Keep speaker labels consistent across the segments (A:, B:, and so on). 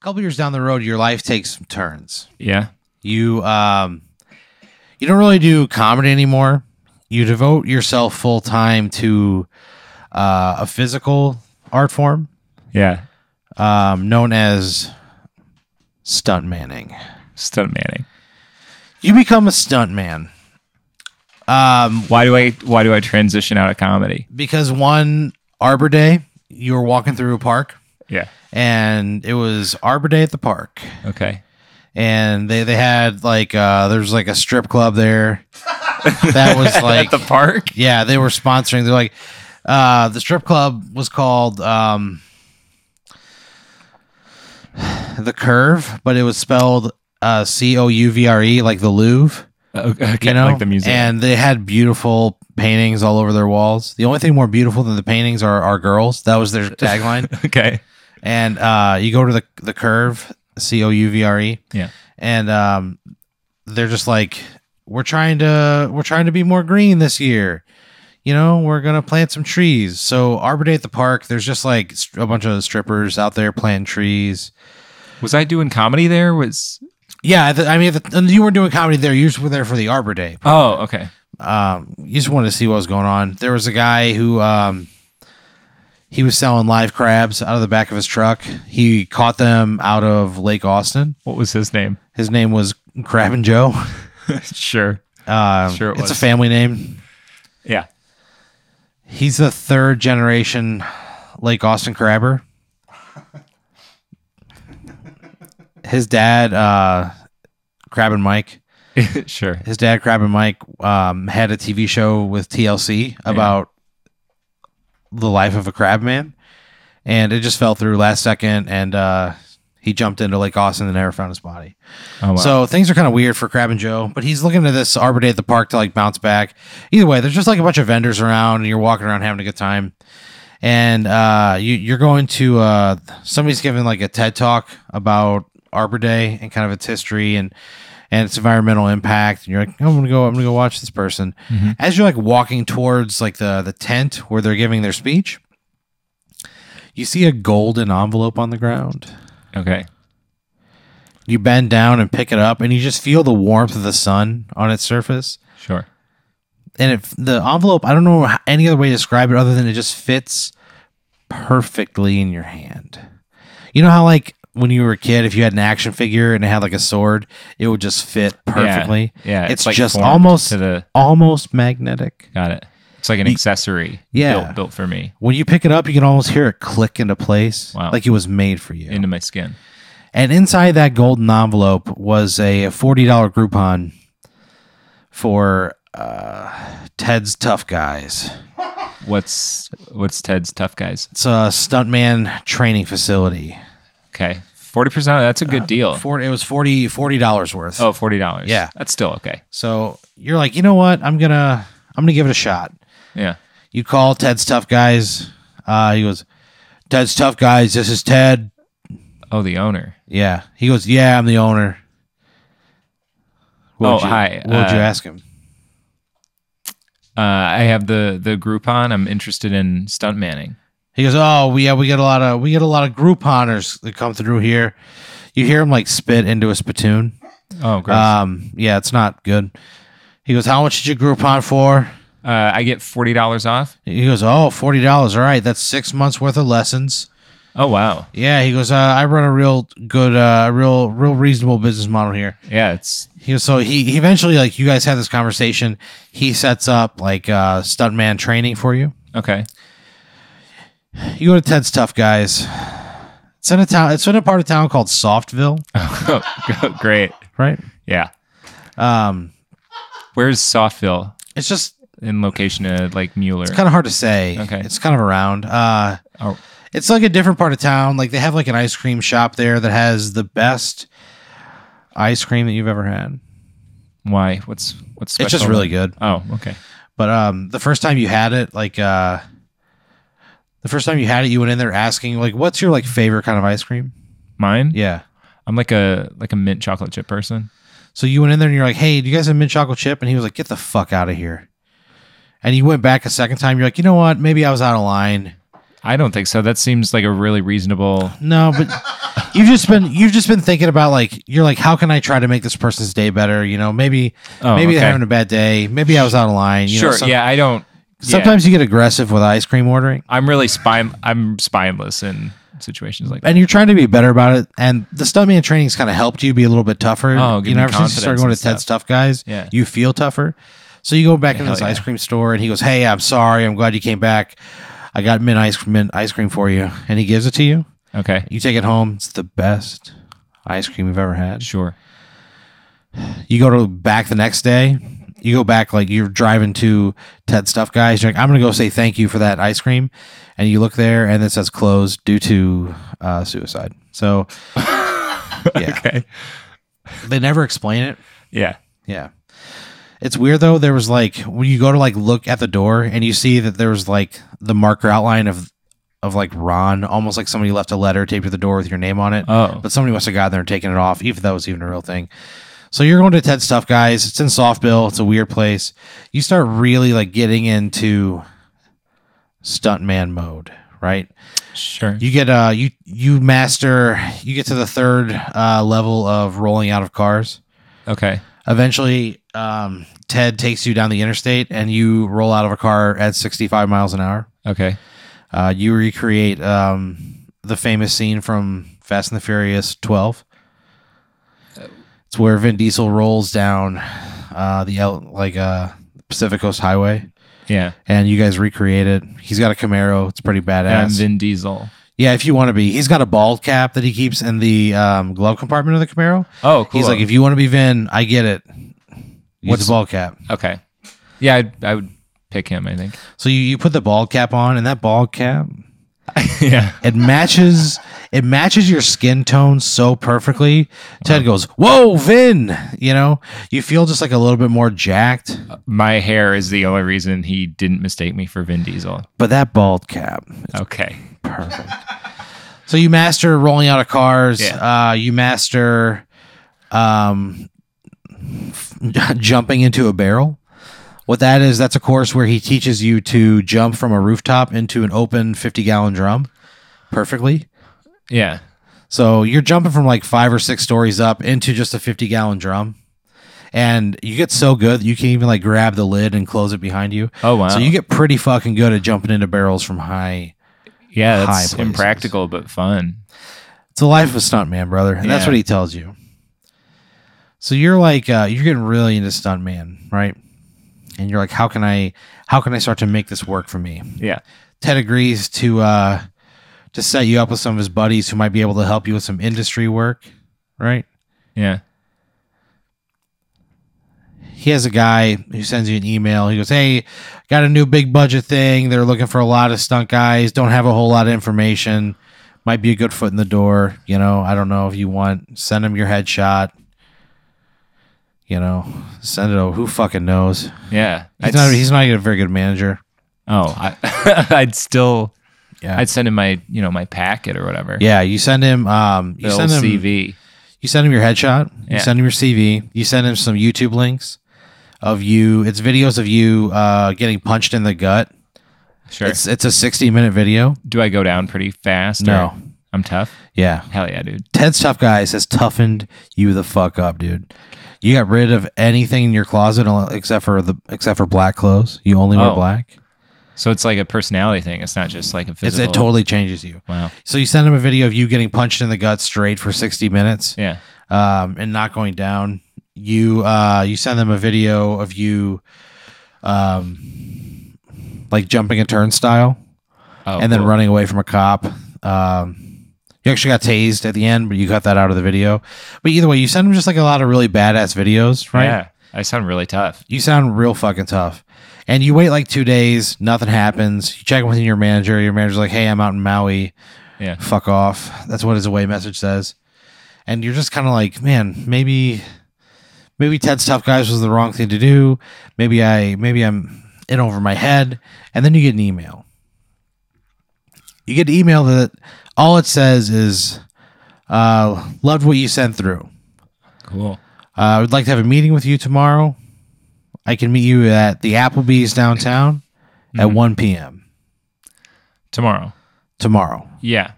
A: couple years down the road, your life takes some turns.
B: Yeah.
A: You um, you don't really do comedy anymore. You devote yourself full time to uh, a physical art form
B: Yeah.
A: um, known as stunt manning.
B: Stunt manning.
A: You become a stunt man. Um,
B: Why do I why do I transition out of comedy?
A: because one Arbor Day, you were walking through a park,
B: Yeah.
A: and it was Arbor Day at the park,
B: Okay.
A: and they they had like uh, there was like a strip club there. That was like
B: At the park?
A: yeah, they were sponsoring. They're like uh, the strip club was called um, the Curve, but it was spelled uh, C O U V R E, like the Louvre.
B: Okay.
A: uh, you know,
B: like the museum.
A: And they had beautiful paintings all over their walls. The only thing more beautiful than the paintings are our girls. That was their tagline.
B: okay.
A: and uh, you go to the the curve, C O U V R E,
B: Yeah.
A: and um, they're just like, we're trying to we're trying to be more green this year. You know, we're gonna plant some trees. So Arbor Day at the park, there's just like str- a bunch of strippers out there planting trees.
B: Was I doing comedy there? Was
A: Yeah, th- I mean, the, and you weren't doing comedy there. You just were there for the Arbor Day.
B: Oh, okay.
A: um, you just wanted to see what was going on. There was a guy who um, he was selling live crabs out of the back of his truck. He caught them out of Lake Austin.
B: What was his name?
A: His name was Crab and Joe.
B: sure.
A: Um,
B: Sure it
A: it's a
B: was.
A: family name.
B: Yeah.
A: He's the third generation Lake Austin crabber. His dad, uh, Crab and Mike.
B: sure.
A: his dad crab and mike um, had a tv show with tlc about the life of a crab man and it just fell through last second and uh, he jumped into lake austin and never found his body
B: Oh wow.
A: so things are kind of weird for crab and joe but he's looking to this arbor day at the park to like bounce back either way there's just like a bunch of vendors around and you're walking around having a good time and uh, you, you're going to uh, somebody's giving like a ted talk about arbor day and kind of its history and and its environmental impact. And you're like, "Oh, I'm gonna go, I'm gonna go watch this person.
B: Mm-hmm.
A: As you're like walking towards like the the tent where they're giving their speech, you see a golden envelope on the ground.
B: okay.
A: You bend down and pick it up, and you just feel the warmth of the sun on its surface.
B: Sure.
A: And if the envelope, I don't know how- any other way to describe it other than it just fits perfectly in your hand. You know how like when you were a kid, if you had an action figure and it had like a sword, it would just fit perfectly.
B: Yeah.
A: it's,
B: like
A: just
B: formed
A: almost
B: to the
A: almost magnetic.
B: got it. It's like an accessory
A: Yeah.
B: built built for me
A: When you pick it up, you can almost hear it click into place,
B: Wow.
A: like it was made for you.
B: into my skin.
A: and inside that golden envelope was a forty dollar Groupon for uh, Ted's Tough Guys.
B: What's what's Ted's tough guys?
A: It's a stuntman training facility.
B: Okay. 40%. That's a good
A: Uh,
B: deal.
A: For it was 40 dollars worth.
B: Oh, $40.
A: Yeah.
B: That's still okay.
A: So you're like, you know what? I'm gonna I'm gonna give it a shot.
B: Yeah.
A: you call Ted's tough guys. Uh, he goes, Ted's tough guys. This is Ted.
B: Oh, the owner.
A: Yeah. He goes, yeah, I'm the owner.
B: Oh,
A: would you,
B: hi,
A: What would you
B: uh,
A: ask him?
B: Uh, I have the the Groupon. I'm interested in stunt manning.
A: He goes, oh, we- yeah, we get a lot of we get a lot of Grouponers that come through here. You hear him like spit into a spittoon.
B: Oh, great. Uh,
A: Um, yeah, it's not good. He goes, how much did you Groupon for?
B: uh, I get forty dollars off.
A: He goes, oh, $40. All right, that's six months worth of lessons.
B: Oh, wow.
A: Yeah, he goes, uh, I run a real good, uh, real, real reasonable business model here.
B: Yeah, it's
A: He was so he, he eventually like you guys had this conversation. He sets up like uh stuntman training for you.
B: okay.
A: You go to Ted's Tough Guys. It's in a town. It's in a part of town called Softville,
B: great.
A: right?
B: Yeah.
A: Um,
B: Where's Softville
A: it's just
B: in location to like Mueller?
A: kind of hard to say.
B: Okay.
A: it's kind of around. Uh,
B: Oh.
A: it's like a different part of town. Like they have like an ice cream shop there that has the best ice cream that you've ever had.
B: Why? What's what's special?
A: It's just really good.
B: Oh, okay.
A: But um, the first time you had it, like uh, the first time you had it, you went in there asking like, "What's your like favorite kind of ice cream?"
B: Mine?
A: Yeah.
B: I'm like a like a mint chocolate chip person.
A: So you went in there and you're like, "Hey, do you guys have mint chocolate chip?" And he was like, "Get the fuck out of here." And you went back a second time. You're like, "You know what? Maybe I was out of line."
B: I don't think so. That seems like a really reasonable
A: No, but you've just been you've just been thinking about like you're like how can I try to make this person's day better? You know, maybe
B: Oh,
A: maybe
B: okay.
A: they're having a bad day. Maybe I was out of line. You
B: sure.
A: Know, some-
B: yeah, I don't. yeah.
A: Sometimes you get aggressive with ice cream ordering,
B: I'm really spine. I'm spineless in situations like that.
A: and you're trying to be better about it. And the stuntman training's kind of helped you be a little bit tougher.
B: Oh, give
A: you
B: me
A: know, ever since you started
B: confidence
A: going
B: and
A: to Ted's Tough Guys,
B: Yeah.
A: you feel tougher. So you go back into
B: hell
A: this
B: yeah.
A: ice cream store, and he goes, "Hey, I'm sorry. I'm glad you came back. I got mint ice mint ice cream for you," and he gives it to you.
B: Okay,
A: You take it home. It's the best ice cream you've ever had.
B: sure.
A: You go to back the next day. You go back like you're driving to Ted Stuff Guys. You're like, I'm gonna go say thank you for that ice cream, and you look there and it says closed due to uh, suicide. So yeah,
B: Okay.
A: they never explain it.
B: Yeah.
A: Yeah, it's weird though. There was like when you go to like look at the door and you see that there was like the marker outline of of like Ron, almost like somebody left a letter taped to the door with your name on it
B: Oh.
A: but somebody must have gotten there and taken it off, if that was even a real thing. So you're going to Ted Stuff Guys. It's in Softville. It's a weird place. You start really like getting into stuntman mode, right?
B: Sure.
A: You get uh you you master you get to the third uh, level of rolling out of cars.
B: Okay.
A: Eventually, um, Ted takes you down the interstate and you roll out of a car at 65 miles an hour.
B: Okay.
A: Uh, you recreate um, the famous scene from Fast and the Furious 12. It's where Vin Diesel rolls down uh, the El- like uh, Pacific Coast Highway,
B: Yeah.
A: and you guys recreate it. He's got a Camaro; it's pretty
B: And I'm
A: badass.
B: Vin Diesel.
A: yeah, if you want to be, he's got a bald cap that he keeps in the um, glove compartment of the Camaro.
B: Oh, cool.
A: He's like, if you want to be Vin, I get it. Use
B: What's-
A: the bald cap?
B: okay. Yeah, I'd, I would pick him. I think.
A: So you, you put the bald cap on, and that bald cap
B: yeah.
A: It matches it matches your skin tone so perfectly. Ted goes, "Whoa, Vin!" You know, you feel just like a little bit more jacked,
B: Uh, My hair is the only reason he didn't mistake me for Vin Diesel.
A: but that bald cap,
B: Okay.
A: perfect. so you master rolling out of cars.
B: Yeah.
A: Uh, you master um, jumping into a barrel. What that is, that's a course where he teaches you to jump from a rooftop into an open fifty gallon drum, perfectly.
B: Yeah.
A: So you're jumping from like five or six stories up into just a 50 gallon drum. And you get so good that you can even like grab the lid and close it behind you.
B: Oh wow.
A: So you get pretty fucking good at jumping into barrels from high.
B: yeah,
A: high
B: that's
A: places.
B: impractical but fun.
A: It's a life of a stuntman, brother. And that's
B: Yeah.
A: what he tells you. So you're like uh, you're getting really into stuntman, right? And you're like, how can I how can I start to make this work for me?
B: Yeah.
A: Ted agrees to uh to set you up with some of his buddies who might be able to help you with some industry work, right?
B: Yeah.
A: he has a guy who sends you an email. He goes, "Hey, got a new big budget thing. They're looking for a lot of stunt guys. Don't have a whole lot of information. Might be a good foot in the door. You know, I don't know if you want. Send him your headshot. You know, send it over. Who fucking knows? He's
B: Yeah. I'd
A: not.
B: s-
A: He's not a very good manager.
B: oh, I, I'd still.
A: Yeah.
B: I'd send him my you know my packet or whatever.
A: yeah, you send him. Um, you
B: The
A: send
B: old
A: him.
B: CV.
A: You send him your headshot. You
B: Yeah.
A: send him your CV. You send him some YouTube links of you. It's videos of you uh, getting punched in the gut.
B: Sure.
A: It's it's a 60 minute video.
B: Do I go down pretty fast? or-
A: No.
B: I'm tough.
A: Yeah.
B: Hell yeah, dude.
A: Ted's Tough Guys has toughened you the fuck up, dude. You got rid of anything in your closet al- except for the except for black clothes. You only wear
B: Oh.
A: black.
B: So it's like a personality thing. It's not just like a
A: It's,
B: physical.
A: it totally changes you.
B: Wow.
A: So you send him a video of you getting punched in the gut straight for 60 minutes
B: Yeah.
A: um, and not going down. You uh, you send them a video of you um, like jumping a turnstile.
B: Oh,
A: and then
B: cool.
A: running away from a cop. Um, you actually got tased at the end, but you cut that out of the video. But either way, you send him just like a lot of really badass videos, right?
B: Yeah. I sound really tough.
A: You sound real fucking tough. And you wait like two days, nothing happens. You check in with your manager. Your manager's like, hey, I'm out in Maui.
B: Yeah.
A: Fuck off. That's what his away message says. And you're just kind of like, man, maybe, maybe Ted's tough guys was the wrong thing to do. Maybe I, maybe I'm in over my head. And then you get an email. You get an email that all it says is, uh, loved what you sent through.
B: Cool.
A: Uh, I would like to have a meeting with you tomorrow. I can meet you at the Applebee's downtown
B: Mm-hmm.
A: at 1 p.m.
B: Tomorrow.
A: tomorrow.
B: Yeah.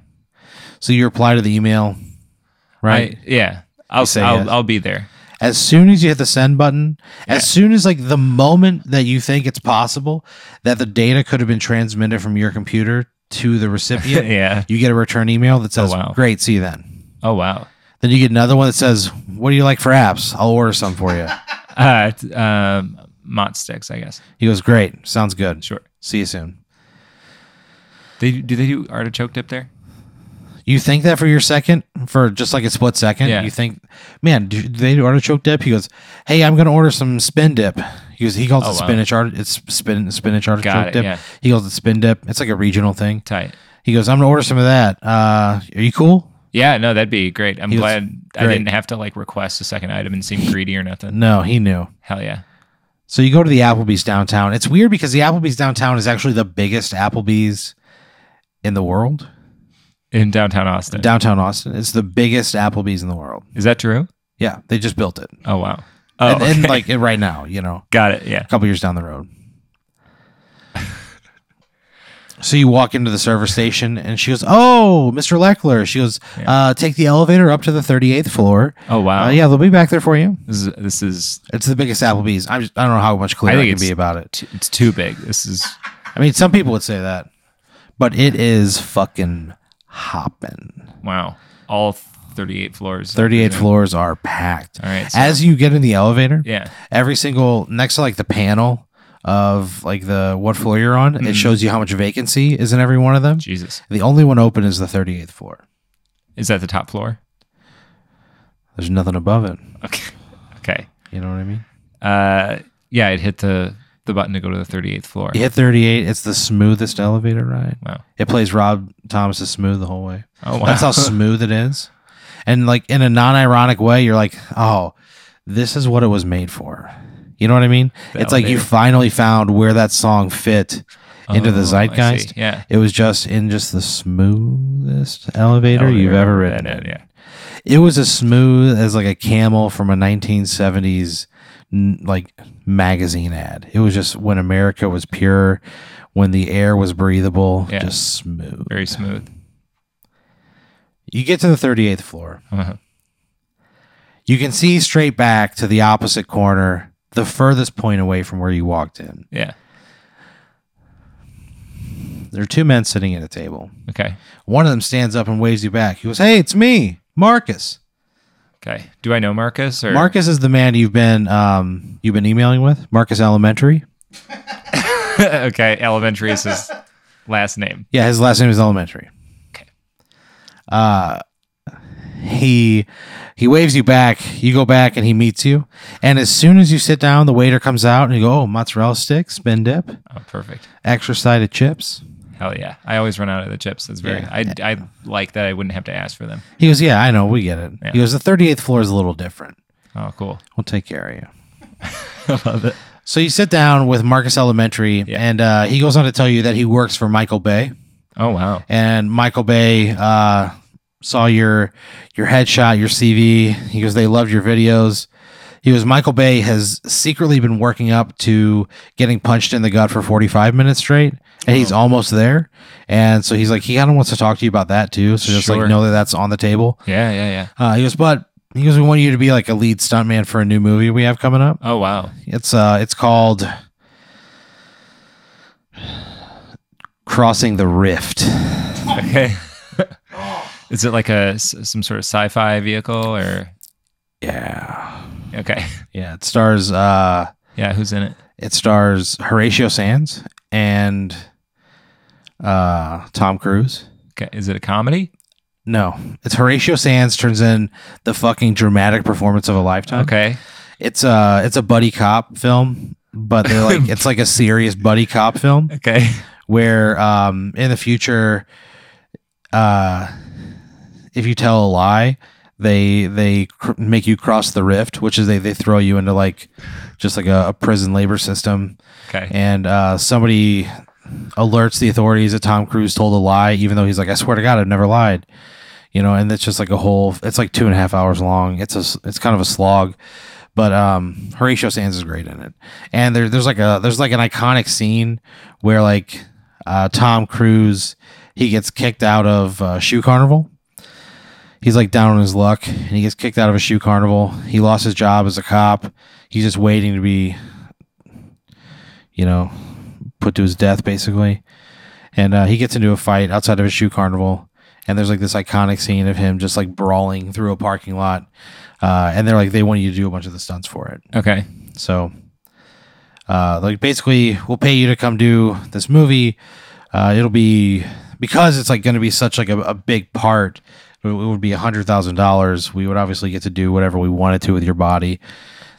A: So you reply to the email. right?
B: I, yeah. I'll,
A: say
B: I'll,
A: yes.
B: I'll be there.
A: as soon as you hit the send button,
B: Yeah.
A: as soon as like the moment that you think it's possible that the data could have been transmitted from your computer to the recipient,
B: yeah. Oh,
A: you get a return email that says,
B: wow.
A: "Great, see you then."
B: Oh, wow.
A: Then you get another one that says, "What do you like for apps? I'll order some for you."
B: Uh, t- um, Mott sticks, I guess.
A: he goes, "Great, sounds good.
B: Sure.
A: See you soon."
B: They do they do artichoke dip there?
A: You think that for your second, for just like a split second,
B: Yeah.
A: you think, "Man, do do they do artichoke dip?" He goes, "Hey, I'm going to order some spin dip." He goes, he calls
B: Oh,
A: it
B: wow.
A: spinach art. It's spin spinach artichoke
B: Got it,
A: dip.
B: yeah.
A: He calls it spin dip. It's like a regional thing.
B: Tight.
A: He goes, I'm gonna order some of that. Uh, are you cool?
B: Yeah, no, that'd be great. I'm
A: He was
B: glad I
A: great.
B: didn't have to like request a second item and seem greedy or nothing.
A: No, he knew.
B: Hell yeah.
A: So you go to the Applebee's downtown. It's weird because the Applebee's downtown is actually the biggest Applebee's in the world.
B: In downtown Austin.
A: Downtown Austin. It's the biggest Applebee's in the world.
B: Is that true?
A: Yeah, they just built it.
B: Oh wow. Oh,
A: and, and
B: okay.
A: like right now, you know,
B: got it. Yeah.
A: a couple years down the road. so you walk into the server station and she goes, Oh, Mr. Leckler. She goes,
B: Yeah.
A: uh, take the elevator up to the 38th floor.
B: Oh wow.
A: Uh, yeah, they'll be back there for you.
B: This is, this is
A: It's the biggest Applebee's. I'm just, I don't know how much clearer
B: I
A: I,
B: think
A: can be
B: it's-
A: about it.
B: t- it's too big. This is
A: I mean, some people would say that, but it is fucking hopping.
B: wow. All 38 floors. I
A: 38
B: presume.
A: floors are packed.
B: All right, so-
A: As you get in the elevator,
B: Yeah.
A: every single next to like the panel of like the what floor you're on,
B: Mm-hmm.
A: it shows you how much vacancy is in every one of them.
B: Jesus.
A: The only one open is the 38th floor.
B: Is that the top floor?
A: There's nothing above it.
B: Okay. Okay.
A: You know what I mean?
B: Uh yeah, I'd hit the the button to go to the 38th floor.
A: You hit 38, it's the smoothest elevator ride.
B: Wow.
A: It plays Rob Thomas's smooth the whole way.
B: Oh wow.
A: That's how smooth it is. And like in a non-ironic way, you're like, "Oh, this is what it was made for." You know what I mean?
B: The
A: it's like you
B: elevator.
A: finally found where that song fit into
B: Oh, I
A: the
B: see.
A: zeitgeist.
B: Yeah.
A: It was just in just the smoothest elevator, you've
B: Elevator
A: ever ridden.
B: that
A: in.
B: in, Yeah.
A: It was as smooth as like a camel from a 1970s n- like magazine ad. It was just when America was pure, when the air was breathable,
B: Yeah.
A: just smooth.
B: Very smooth.
A: You get to the 38th floor.
B: Uh-huh.
A: You can see straight back to the opposite corner, the furthest point away from where you walked in.
B: Yeah.
A: There are two men sitting at a table.
B: Okay.
A: One of them stands up and waves you back. He goes, Hey, it's me, Marcus.
B: Okay. Do I know Marcus or
A: Marcus is the man you've been um, you've been emailing with, Marcus Elementary.
B: okay, elementary is his last name.
A: Yeah, his last name is Elementary.
B: Okay.
A: Uh he he waves you back. You go back and he meets you. And as soon as you sit down, the waiter comes out and you go, Oh, mozzarella sticks, spin dip,
B: Oh, perfect.
A: extra side of chips.
B: Hell yeah! I always run out of the chips. That's very.
A: Yeah.
B: I I like that. I wouldn't have to ask for them.
A: He goes, Yeah, I know, we get it.
B: Yeah.
A: He goes, The 38th floor is a little different.
B: Oh, cool.
A: We'll take care of you.
B: I love it.
A: So you sit down with Marcus Elementary,
B: Yeah.
A: and uh, he goes on to tell you that he works for Michael Bay,
B: Oh wow.
A: and Michael Bay uh, saw your your headshot, your CV. He goes, they loved your videos. He goes, Michael Bay has secretly been working up to getting punched in the gut for 45 minutes straight, and he's almost there. And so he's like, he kind of wants to talk to you about that too. So just
B: Sure.
A: like know that that's on the table.
B: Yeah, yeah, yeah.
A: Uh, he goes, but he goes, we want you to be like a lead stuntman for a new movie we have coming up.
B: Oh wow.
A: It's uh, it's called Crossing the Rift.
B: Okay. is it like a s- some sort of sci-fi vehicle or?
A: Yeah,
B: Okay.
A: yeah. It stars uh,
B: Yeah. Who's in it?
A: it stars Horatio Sands and uh, Tom Cruise.
B: Okay. Is it a comedy?
A: No, it's Horatio Sands turns in the fucking dramatic performance of a lifetime.
B: Okay.
A: It's a it's a buddy cop film, but they're like it's like a serious buddy cop film.
B: Okay.
A: where um, in the future, uh, if you tell a lie, they they cr- make you cross the rift, which is they they throw you into like just like a, a prison labor system,
B: Okay.
A: and uh, somebody alerts the authorities that Tom Cruise told a lie, even though he's like, I swear to God, I've never lied. You know, and it's just like a whole. It's like two and a half hours long. It's a. s- It's kind of a slog, but um, Horatio Sands is great in it. And there, there's like a there's like an iconic scene where like uh, Tom Cruise he gets kicked out of uh, shoe carnival. he's like down on his luck and he gets kicked out of a shoe carnival. He lost his job as a cop. He's just waiting to be, you know, put to his death basically. And uh, he gets into a fight outside of a shoe carnival. And there's like this iconic scene of him just like brawling through a parking lot. Uh, and they're like, they want you to do a bunch of the stunts for it.
B: Okay.
A: So, uh, like basically, we'll pay you to come do this movie. Uh, it'll be because it's like going to be such like a, a big part. It would be a hundred thousand dollars. We would obviously get to do whatever we wanted to with your body.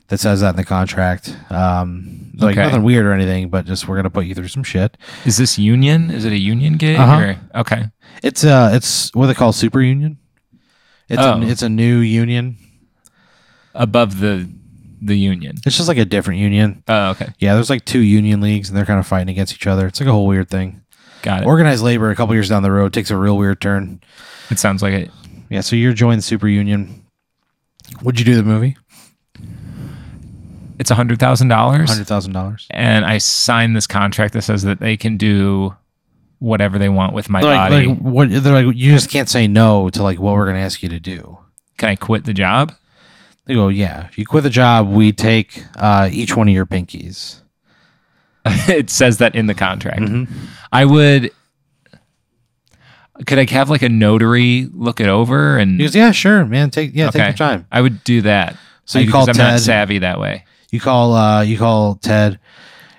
A: That says that in the contract. Um, like
B: Okay.
A: nothing weird or anything, but just we're gonna put you through some shit.
B: Is this union? Is it a union gig?
A: Uh-huh.
B: Or? Okay.
A: It's uh, it's what they call super union. It's
B: Oh.
A: a, it's a new union.
B: Above the the union.
A: It's just like a different union.
B: Oh, okay.
A: Yeah, there's like two union leagues, and they're kind of fighting against each other. It's like a whole weird thing.
B: Got it.
A: Organized labor a couple years down the road takes a real weird turn.
B: it sounds like it.
A: Yeah, so you're joining the super union. Would you do the movie?
B: It's a hundred thousand dollars,
A: Hundred thousand dollars.
B: and I sign this contract that says that they can do whatever they want with my
A: Like,
B: body.
A: like what? They're like, you just can't say no to like what we're gonna ask you to do.
B: can I quit the job?
A: They go, yeah. If you quit the job, we take uh, each one of your pinkies.
B: it says that in the contract.
A: Mm-hmm.
B: I would. Could I have like a notary look it over and
A: He goes, yeah, sure, man. Take yeah, take
B: Okay.
A: your time.
B: I would do that.
A: So
B: I-
A: you
B: because
A: call
B: I'm not
A: Ted.
B: savvy that way.
A: You call uh, you call Ted,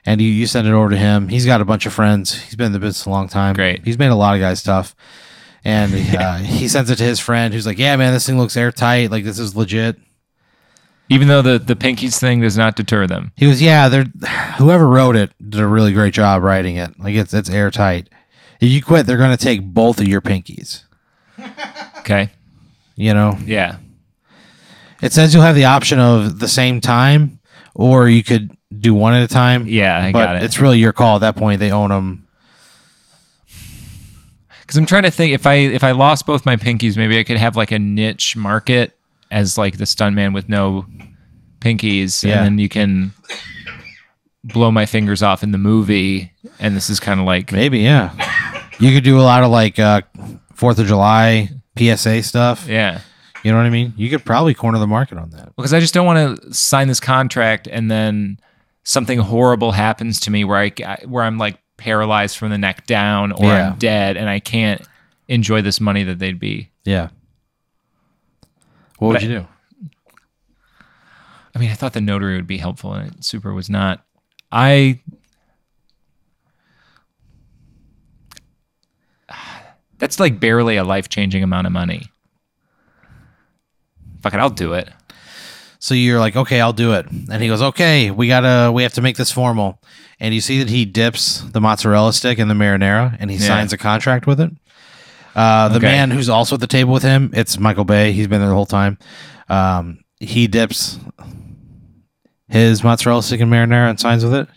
A: and you, you send it over to him. He's got a bunch of friends. He's been in the business a long time.
B: Great.
A: He's made a lot of guys stuff, and uh, he sends it to his friend, who's like, "Yeah, man, this thing looks airtight. Like this is legit."
B: Even though the the pinkies thing does not deter them.
A: He was, "Yeah, they're whoever wrote it did a really great job writing it. Like it's it's airtight. If you quit, they're gonna take both of your pinkies."
B: Okay.
A: You know,
B: Yeah.
A: it says you'll have the option of the same time, or you could do one at a time.
B: Yeah, I
A: but
B: got it.
A: it's really your call at that point. They own them.
B: Because I'm trying to think if I if I lost both my pinkies, maybe I could have like a niche market as like the stuntman with no pinkies,
A: Yeah.
B: and then you can blow my fingers off in the movie. And this is kind of like
A: Maybe, yeah. You could do a lot of like uh Fourth of July PSA stuff.
B: yeah.
A: You know what I mean? You could probably corner the market on that.
B: because I just don't want to sign this contract and then something horrible happens to me where I I- where I'm like paralyzed from the neck down or
A: Yeah.
B: I'm dead and I can't enjoy this money that they'd be.
A: Yeah. What would
B: But-
A: you do?
B: I mean, I thought the notary would be helpful and it super was not. I That's like barely a life-changing amount of money. Fuck it, I'll do it.
A: So you're like, okay, I'll do it. And he goes, okay, we gotta, we have to make this formal. And you see that he dips the mozzarella stick in the marinara, and he
B: Yeah.
A: signs a contract with it. Uh, the
B: Okay.
A: man who's also at the table with him, it's Michael Bay. He's been there the whole time. Um, he dips his mozzarella stick in marinara and signs with it.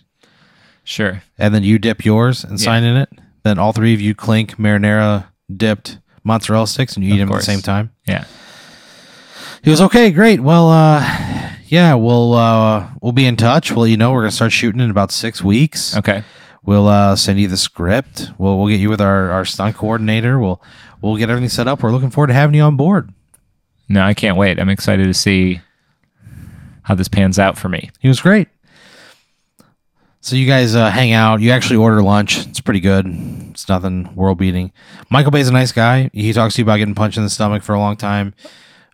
B: Sure.
A: and then you dip yours and
B: Yeah.
A: sign in it. Then all three of you clink marinara dipped mozzarella sticks and you eat
B: Of
A: them
B: course.
A: at the same time.
B: Yeah.
A: He was okay, great. Well, uh, yeah, we'll uh, we'll be in touch. We'll let you know we're gonna start shooting in about six weeks.
B: Okay.
A: We'll uh, send you the script. We'll we'll get you with our, our stunt coordinator. We'll we'll get everything set up. We're looking forward to having you on board.
B: No, I can't wait. I'm excited to see how this pans out for me.
A: He was great. So you guys uh, hang out. You actually order lunch. It's pretty good. It's nothing world beating. Michael Bay's a nice guy. He talks to you about getting punched in the stomach for a long time.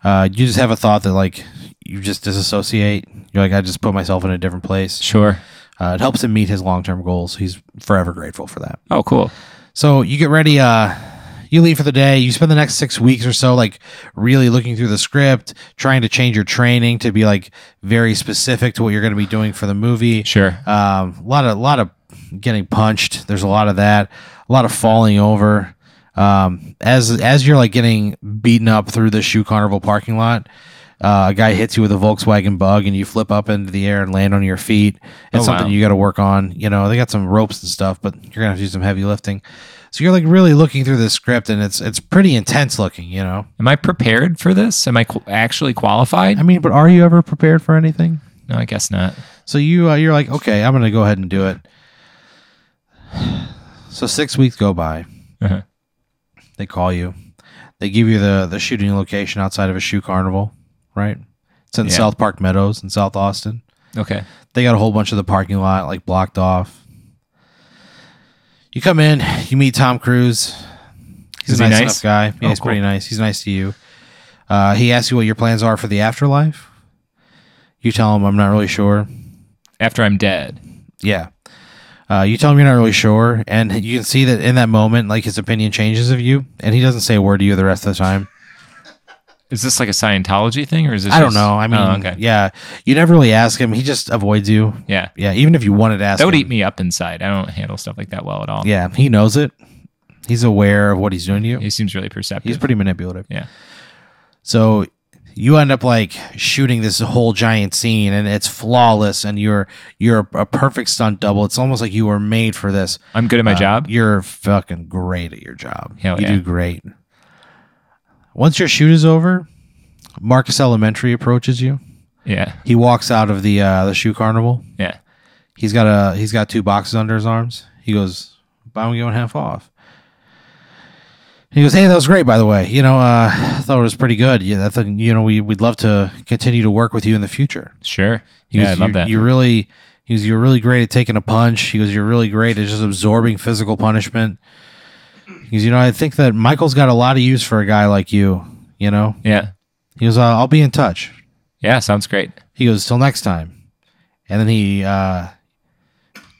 A: Uh, you just have a thought that like you just disassociate. You're like I just put myself in a different place.
B: Sure.
A: Uh, it helps him meet his long term goals. He's forever grateful for that.
B: Oh, cool.
A: So you get ready. Uh, you leave for the day. You spend the next six weeks or so, like really looking through the script, trying to change your training to be like very specific to what you're going to be doing for the movie.
B: Sure.
A: Um, a lot of lot of getting punched. There's a lot of that. A lot of falling over. Um, as as you're like getting beaten up through the shoe carnival parking lot, uh, a guy hits you with a Volkswagen Bug, and you flip up into the air and land on your feet. It's
B: Oh,
A: something
B: wow.
A: you got to work on. You know, they got some ropes and stuff, but you're gonna have to do some heavy lifting. So you're like really looking through the script, and it's it's pretty intense looking. You know,
B: Am I prepared for this? Am I qu- actually qualified?
A: I mean, but are you ever prepared for anything?
B: No, I guess not.
A: So you uh, you're like, okay, I'm gonna go ahead and do it. So six weeks go by.
B: Uh-huh.
A: They call you. They give you the the shooting location outside of a shoe carnival, right? It's in
B: Yeah.
A: South Park Meadows in South Austin.
B: Okay.
A: They got a whole bunch of the parking lot like blocked off. You come in, you meet Tom Cruise. He's
B: Is
A: a
B: he
A: nice,
B: nice?
A: enough guy. Yeah,
B: Oh,
A: he's pretty
B: cool.
A: nice. He's nice to you. Uh, he asks you what your plans are for the afterlife. You tell him I'm not really sure.
B: After I'm dead.
A: Yeah. Uh, you tell him you're not really sure, and you can see that in that moment, like his opinion changes of you, and he doesn't say a word to you the rest of the time.
B: Is this like a Scientology thing or is this
A: I don't
B: just-
A: know. I mean,
B: Oh, okay.
A: yeah, you never really ask him. He just avoids you.
B: Yeah.
A: Yeah, even if you wanted to ask,
B: That would
A: him.
B: eat me up inside. I don't handle stuff like that well at all.
A: Yeah, he knows it. He's aware of what he's doing to you.
B: He seems really perceptive.
A: He's pretty manipulative.
B: Yeah.
A: So you end up like shooting this whole giant scene and it's flawless and you're you're a perfect stunt double. It's almost like you were made for this.
B: I'm good at my
A: Uh,
B: job.
A: You're fucking great at your job.
B: Hell
A: you
B: yeah.
A: do great. Once your shoot is over, Marcus Elementary approaches you.
B: Yeah.
A: He walks out of the uh, the shoe carnival.
B: Yeah.
A: He's got a he's got two boxes under his arms. He goes, buy one get one half off. He goes, hey, that was great, by the way. You know, uh, I thought it was pretty good. Yeah, that thing, you know, we we'd love to continue to work with you in the future.
B: Sure.
A: He
B: yeah, I
A: goes,
B: love
A: you,
B: that.
A: You really, he goes, you're really great at taking a punch. He goes, you're really great at just absorbing physical punishment. He goes, you know, I think that Michael's got a lot of use for a guy like you. You know,
B: yeah.
A: he goes, "Uh, I'll I'll be in touch.
B: Yeah. Sounds great.
A: He goes, till next time. And then he uh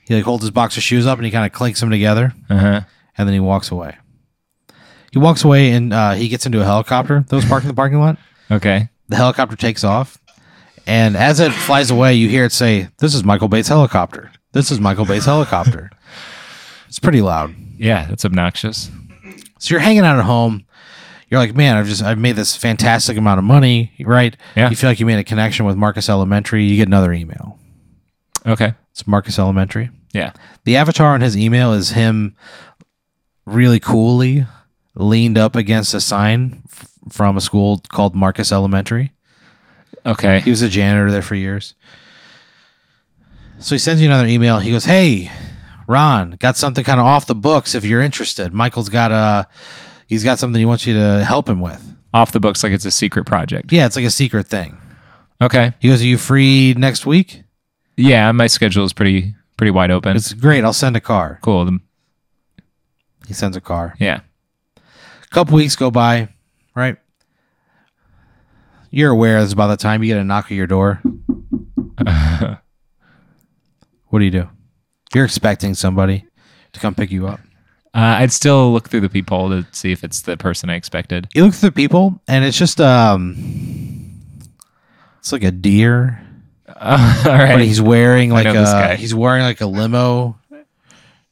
A: he like holds his box of shoes up and he kind of clinks them together
B: Uh huh.
A: and then he walks away. He walks away and uh, he gets into a helicopter that was parked in the parking lot.
B: Okay.
A: The helicopter takes off, and as it flies away, you hear it say, "This is Michael Bates' helicopter. This is Michael Bates' helicopter." It's pretty loud.
B: Yeah. That's obnoxious.
A: So you're hanging out at home. You're like, man, I've just I've made this fantastic amount of money, right?
B: Yeah.
A: You feel like you made a connection with Marcus Elementary. You get another email.
B: Okay.
A: It's Marcus Elementary.
B: Yeah.
A: The avatar on his email is him really coolly leaned up against a sign f- from a school called Marcus Elementary.
B: Okay.
A: He was a janitor there for years. So he sends you another email. He goes, "Hey, Ron, got something kind of off the books if you're interested. Michael's got a he's got something he wants you to help him with.
B: Off the books like it's a secret project.
A: Yeah, it's like a secret thing."
B: Okay.
A: He goes, "Are you free next week?"
B: Yeah. My schedule is pretty pretty wide open.
A: It's great. I'll send a car.
B: cool. The-
A: He sends a car.
B: Yeah.
A: couple weeks go by, right? You're aware this is by the time you get a knock at your door. what do you do? You're expecting somebody to come pick you up.
B: Uh, I'd still look through the peephole to see if it's the person I expected.
A: You look through the people, and it's just um, it's like a deer,
B: Uh, all
A: but
B: right.
A: he's wearing like
B: know this
A: a
B: guy.
A: he's wearing like a limo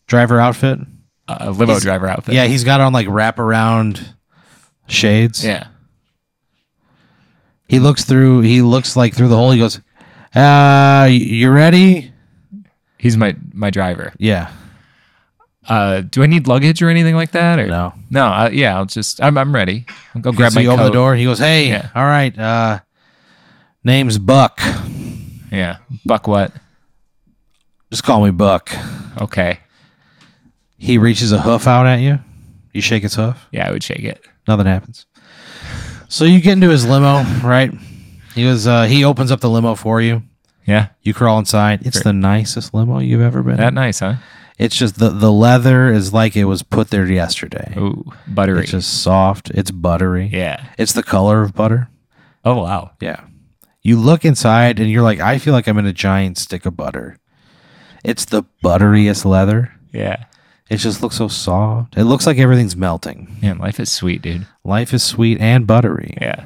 A: driver outfit.
B: Uh, a limo
A: he's-
B: driver outfit.
A: Yeah, he's got on like wraparound shades.
B: Yeah.
A: He looks through. He looks like through the hole. He goes, "Uh, you ready?"
B: He's my my driver.
A: Yeah.
B: Uh, do I need luggage or anything like that? Or
A: No.
B: No. Uh, yeah. I'll just. I'm, I'm ready. I'll go grab
A: so
B: my
A: you
B: coat.
A: open the door. He goes, "Hey,
B: Yeah.
A: all right. Uh, name's Buck.
B: Yeah. Buck what?
A: Just call me Buck."
B: Okay.
A: He reaches a hoof out at you. You shake his hoof.
B: Yeah. I would shake it.
A: Nothing happens. So you get into his limo, right? He goes. Uh, he opens up the limo for you.
B: Yeah.
A: You crawl inside. It's the nicest limo you've ever been. in.
B: That nice, huh?
A: It's just the the leather is like it was put there yesterday.
B: Ooh, buttery.
A: It's just soft. It's buttery.
B: yeah.
A: It's the color of butter.
B: Oh wow.
A: Yeah. You look inside and you're like, I feel like I'm in a giant stick of butter. It's the butteriest leather.
B: Yeah.
A: It just looks so soft. It looks like everything's melting.
B: Man, life is sweet, dude.
A: Life is sweet and buttery.
B: Yeah.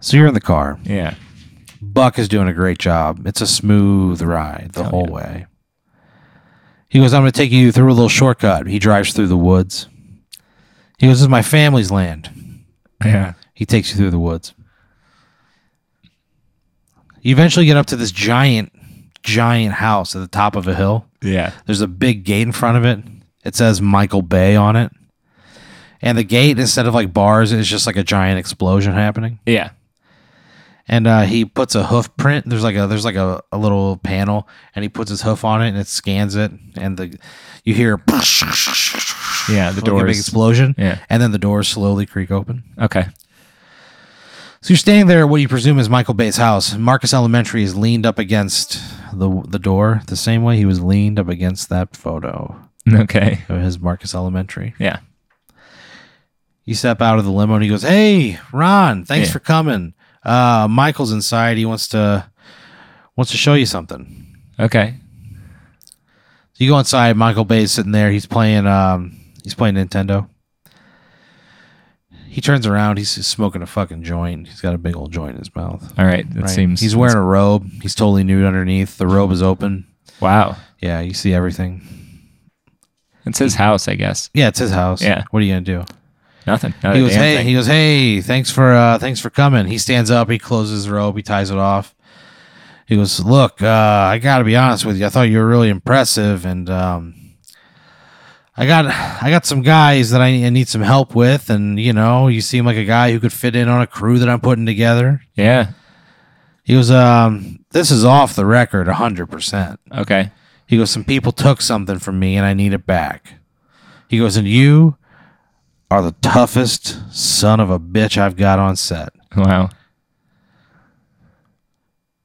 A: So you're in the car.
B: Yeah.
A: Buck is doing a great job. It's a smooth ride the
B: Hell
A: whole
B: yeah.
A: way. He goes, I'm going to take you through a little shortcut. He drives through the woods. He goes, This is my family's land.
B: Yeah.
A: He takes you through the woods. You eventually get up to this giant, giant house at the top of a hill.
B: Yeah.
A: There's a big gate in front of it. It says Michael Bay on it. And the gate, instead of like bars, is just like a giant explosion happening.
B: Yeah.
A: and uh, he puts a hoof print. There's like a there's like a, a little panel, and he puts his hoof on it, and it scans it, and the you hear like
B: Yeah, the
A: a big
B: doors.
A: explosion,
B: Yeah.
A: and then the doors slowly creak open.
B: Okay.
A: So you're standing there at what you presume is Michael Bay's house. Marcus Elementary is leaned up against the the door the same way he was leaned up against that photo
B: Okay.
A: of his Marcus Elementary.
B: Yeah.
A: You step out of the limo and he goes, "Hey, Ron, thanks
B: Yeah.
A: for coming. Uh, Michael's inside. He wants to wants to show you something."
B: Okay.
A: So you go inside. Michael Bay's sitting there. He's playing. Um, he's playing Nintendo. He turns around. He's he's smoking a fucking joint. He's got a big old joint in his mouth.
B: All right. That
A: Right?
B: seems.
A: He's wearing a robe. He's totally nude underneath. The robe is open.
B: Wow.
A: Yeah, you see everything.
B: It's his house, I guess.
A: Yeah, it's his house.
B: Yeah.
A: What are you gonna do?
B: Nothing. Not
A: he
B: a
A: goes,
B: damn
A: hey,
B: thing.
A: he goes, hey, thanks for uh, thanks for coming. He stands up, he closes his robe, he ties it off. He goes, look, uh, I gotta be honest with you. I thought you were really impressive, and um, I got I got some guys that I I need some help with, and you know, you seem like a guy who could fit in on a crew that I'm putting together.
B: yeah.
A: He goes, um, this is off the record, hundred percent.
B: Okay.
A: He goes, Some people took something from me and I need it back. He goes, And you are the toughest son of a bitch I've got on set.
B: Wow.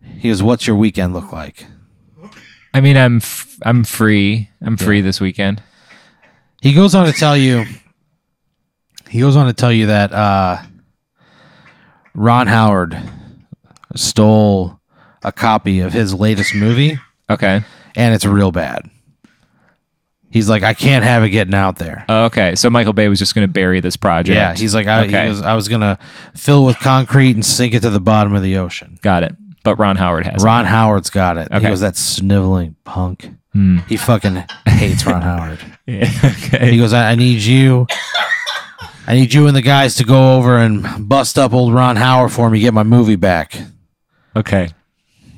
A: He goes, What's your weekend look like?
B: I mean, I'm f- I'm free. I'm free this weekend.
A: He goes on to tell you, he goes on to tell you that uh, Ron Howard stole a copy of his latest movie
B: Okay.
A: and it's real bad. He's like, I can't have it getting out there.
B: Oh, Okay. So Michael Bay was just going to bury this project.
A: Yeah, he's like, I,
B: Okay.
A: he goes, I was gonna fill with concrete and sink it to the bottom of the ocean.
B: got it. But Ron Howard has.
A: Ron Howard's got it. He
B: Okay.
A: goes, that sniveling punk.
B: Hmm.
A: He fucking hates Ron Howard.
B: it.
A: He
B: okay.
A: goes, I, I need you. I need you and the guys to go over and bust up old Ron Howard for me, get my movie back. Can
B: Okay.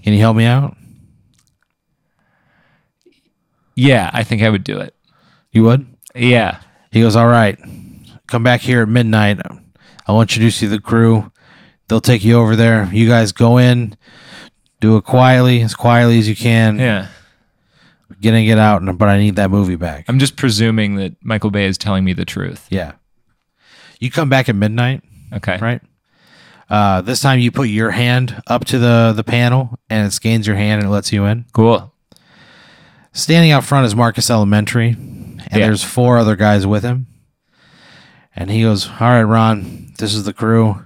A: you help me out?
B: Yeah, I think I would do it.
A: You would?
B: Yeah.
A: He goes, All right, come back here at midnight. I'll introduce you to the crew. They'll take you over there. You guys go in, do it quietly, as quietly as you can.
B: Yeah.
A: getting it out, and- but I need that movie back.
B: I'm just presuming that Michael Bay is telling me the truth.
A: yeah. You come back at midnight,
B: Okay.
A: right? Uh, this time you put your hand up to the, the panel and it scans your hand and it lets you in.
B: Cool.
A: Standing out front is Marcus Elementary, and
B: Yeah.
A: there's four other guys with him. And he goes, All right, Ron, this is the crew.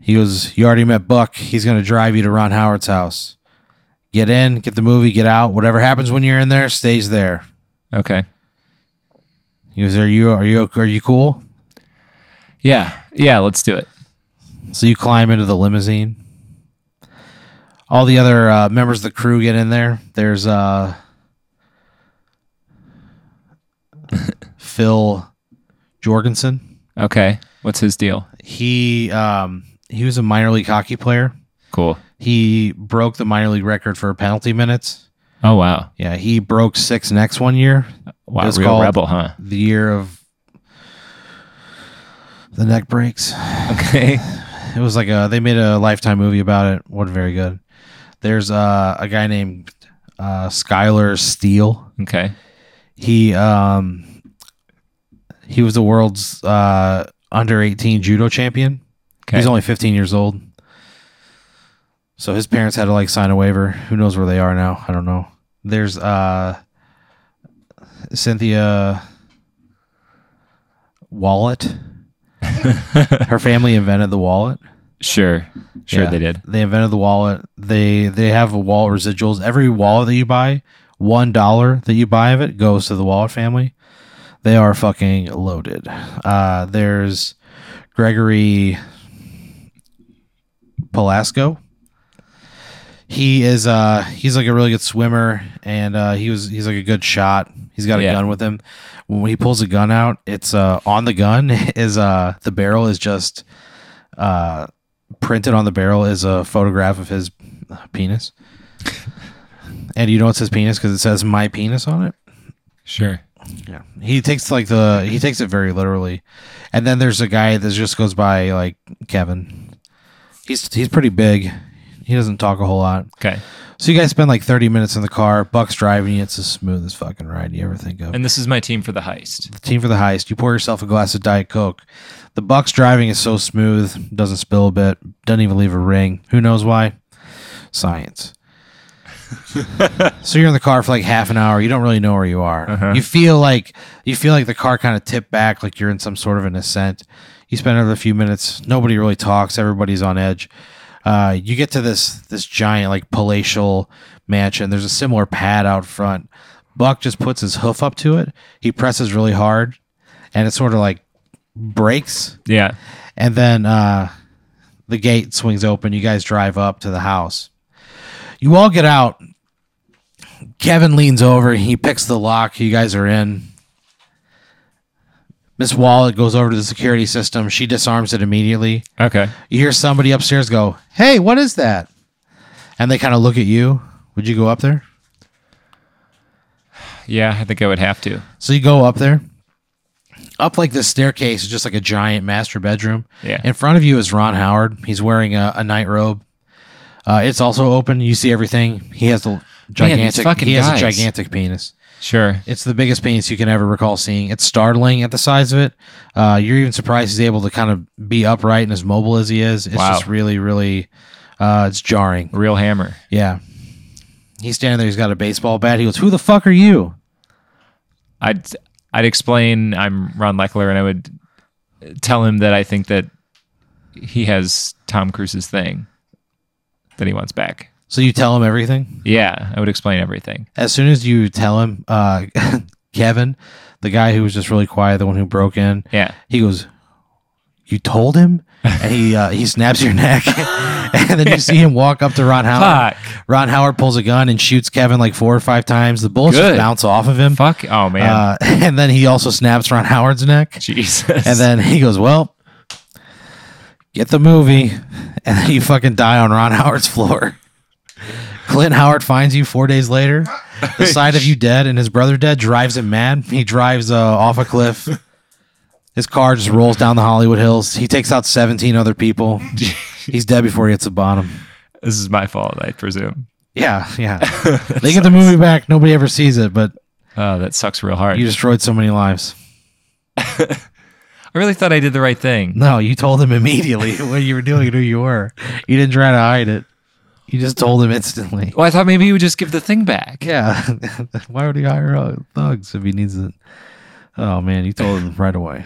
A: He goes, You already met Buck. He's going to drive you to Ron Howard's house. Get in, get the movie, get out. Whatever happens when you're in there stays there.
B: Okay.
A: He goes, Are you, are you, are you cool?
B: Yeah. Yeah. Let's do it.
A: So you climb into the limousine. All the other uh, members of the crew get in there. There's uh, Phil Jorgensen.
B: Okay. What's his deal?
A: He um, he was a minor league hockey player.
B: Cool.
A: He broke the minor league record for penalty minutes.
B: Oh wow.
A: Yeah, he broke six next one year,
B: Wow.
A: It's
B: Real
A: called-
B: rebel, huh?
A: the year of the neck breaks.
B: Okay.
A: It was like a they made a lifetime movie about it. wasn't very good. There's uh, a guy named uh, Skylar Steele.
B: Okay.
A: He um he was the world's uh, under eighteen judo champion.
B: Okay.
A: He's only fifteen years old. So his parents had to like sign a waiver. Who knows where they are now? I don't know. There's uh Cynthia Wallet. Her family invented the wallet.
B: sure. Sure
A: Yeah.
B: they did.
A: They invented the wallet. They they have a wallet residuals. Every wallet that you buy, one dollar that you buy of it goes to the wallet family. They are fucking loaded. Uh, there's Gregory Polasco. He is uh he's like a really good swimmer and uh he was he's like a good shot. He's got a
B: Yeah.
A: gun with him. When he pulls a gun out, it's uh on the gun is uh the barrel is just uh printed on the barrel is a photograph of his penis. and you know it says penis because it says my penis on it.
B: Sure.
A: Yeah. He takes like the he takes it very literally. And then there's a guy that just goes by like Kevin. He's he's pretty big. He doesn't talk a whole lot.
B: Okay.
A: So you guys spend like 30 minutes in the car. Buck's driving you. It's the smoothest fucking ride you ever think of.
B: And this is my team for the heist.
A: team for the heist. You pour yourself a glass of Diet Coke. The Buck's driving is so smooth, doesn't spill a bit, doesn't even leave a ring. Who knows why? Science. so you're in the car for like half an hour. You don't really know where you are. You feel like you feel like the car kind of tipped back, like you're in some sort of an ascent. You spend another few minutes. Nobody really talks. Everybody's on edge. Uh, you get to this this giant like palatial mansion. There's a similar pad out front. Buck just puts his hoof up to it. He presses really hard, and it sort of like breaks
B: Yeah.
A: and then uh, the gate swings open. You guys drive up to the house. You all get out. Kevin leans over. He picks the lock. You guys are in. Miss Wallet goes over to the security system. She disarms it immediately.
B: Okay.
A: You hear somebody upstairs go, "Hey, what is that?" And they kind of look at you. Would you go up there?
B: Yeah, I think I would have to.
A: So you go up there. Up like this staircase is just like a giant master bedroom.
B: Yeah.
A: In front of you is Ron Howard. He's wearing a, a night robe. Uh, it's also open. You see everything. He has a gigantic.
B: fucking
A: he has
B: guys.
A: a gigantic penis.
B: Sure.
A: It's the biggest penis you can ever recall seeing. It's startling at the size of it. Uh, you're even surprised he's able to kind of be upright and as mobile as he is. It's
B: Wow.
A: just really, really, uh, it's jarring.
B: Real hammer.
A: Yeah. He's standing there. He's got a baseball bat. He goes, "Who the fuck are you?"
B: I'd I'd explain I'm Ron Leckler and I would tell him that I think that he has Tom Cruise's thing that he wants back.
A: So you tell him everything.
B: Yeah, I would explain everything.
A: as soon as you tell him, uh, Kevin, the guy who was just really quiet, the one who broke in,
B: Yeah.
A: he goes, "You told him," and he uh, he snaps your neck, and then you see him walk up to Ron Howard. Ron Howard pulls a gun and shoots Kevin like four or five times. The bullets just
B: Good.
A: bounce off of him,
B: Fuck. Oh man.
A: uh, and then he also snaps Ron Howard's neck.
B: Jesus.
A: And then he goes, "Well, get the movie," and then you fucking die on Ron Howard's floor. Clint Howard finds you four days later. The sight of you dead and his brother dead drives him mad. He drives uh, off a cliff. His car just rolls down the Hollywood Hills. He takes out 17 other people. He's dead before he hits the bottom.
B: this is my fault, I presume.
A: Yeah, yeah. They get the movie back. Nobody ever sees it, but
B: Oh, that sucks real hard.
A: you destroyed so many lives.
B: I really thought I did the right thing.
A: No, you told him immediately what you were doing and who you were. You didn't try to hide it. You just told him instantly.
B: Well, I thought maybe he would just give the thing back.
A: Yeah. Why would he hire uh, thugs if he needs it? Oh man, you told him right away.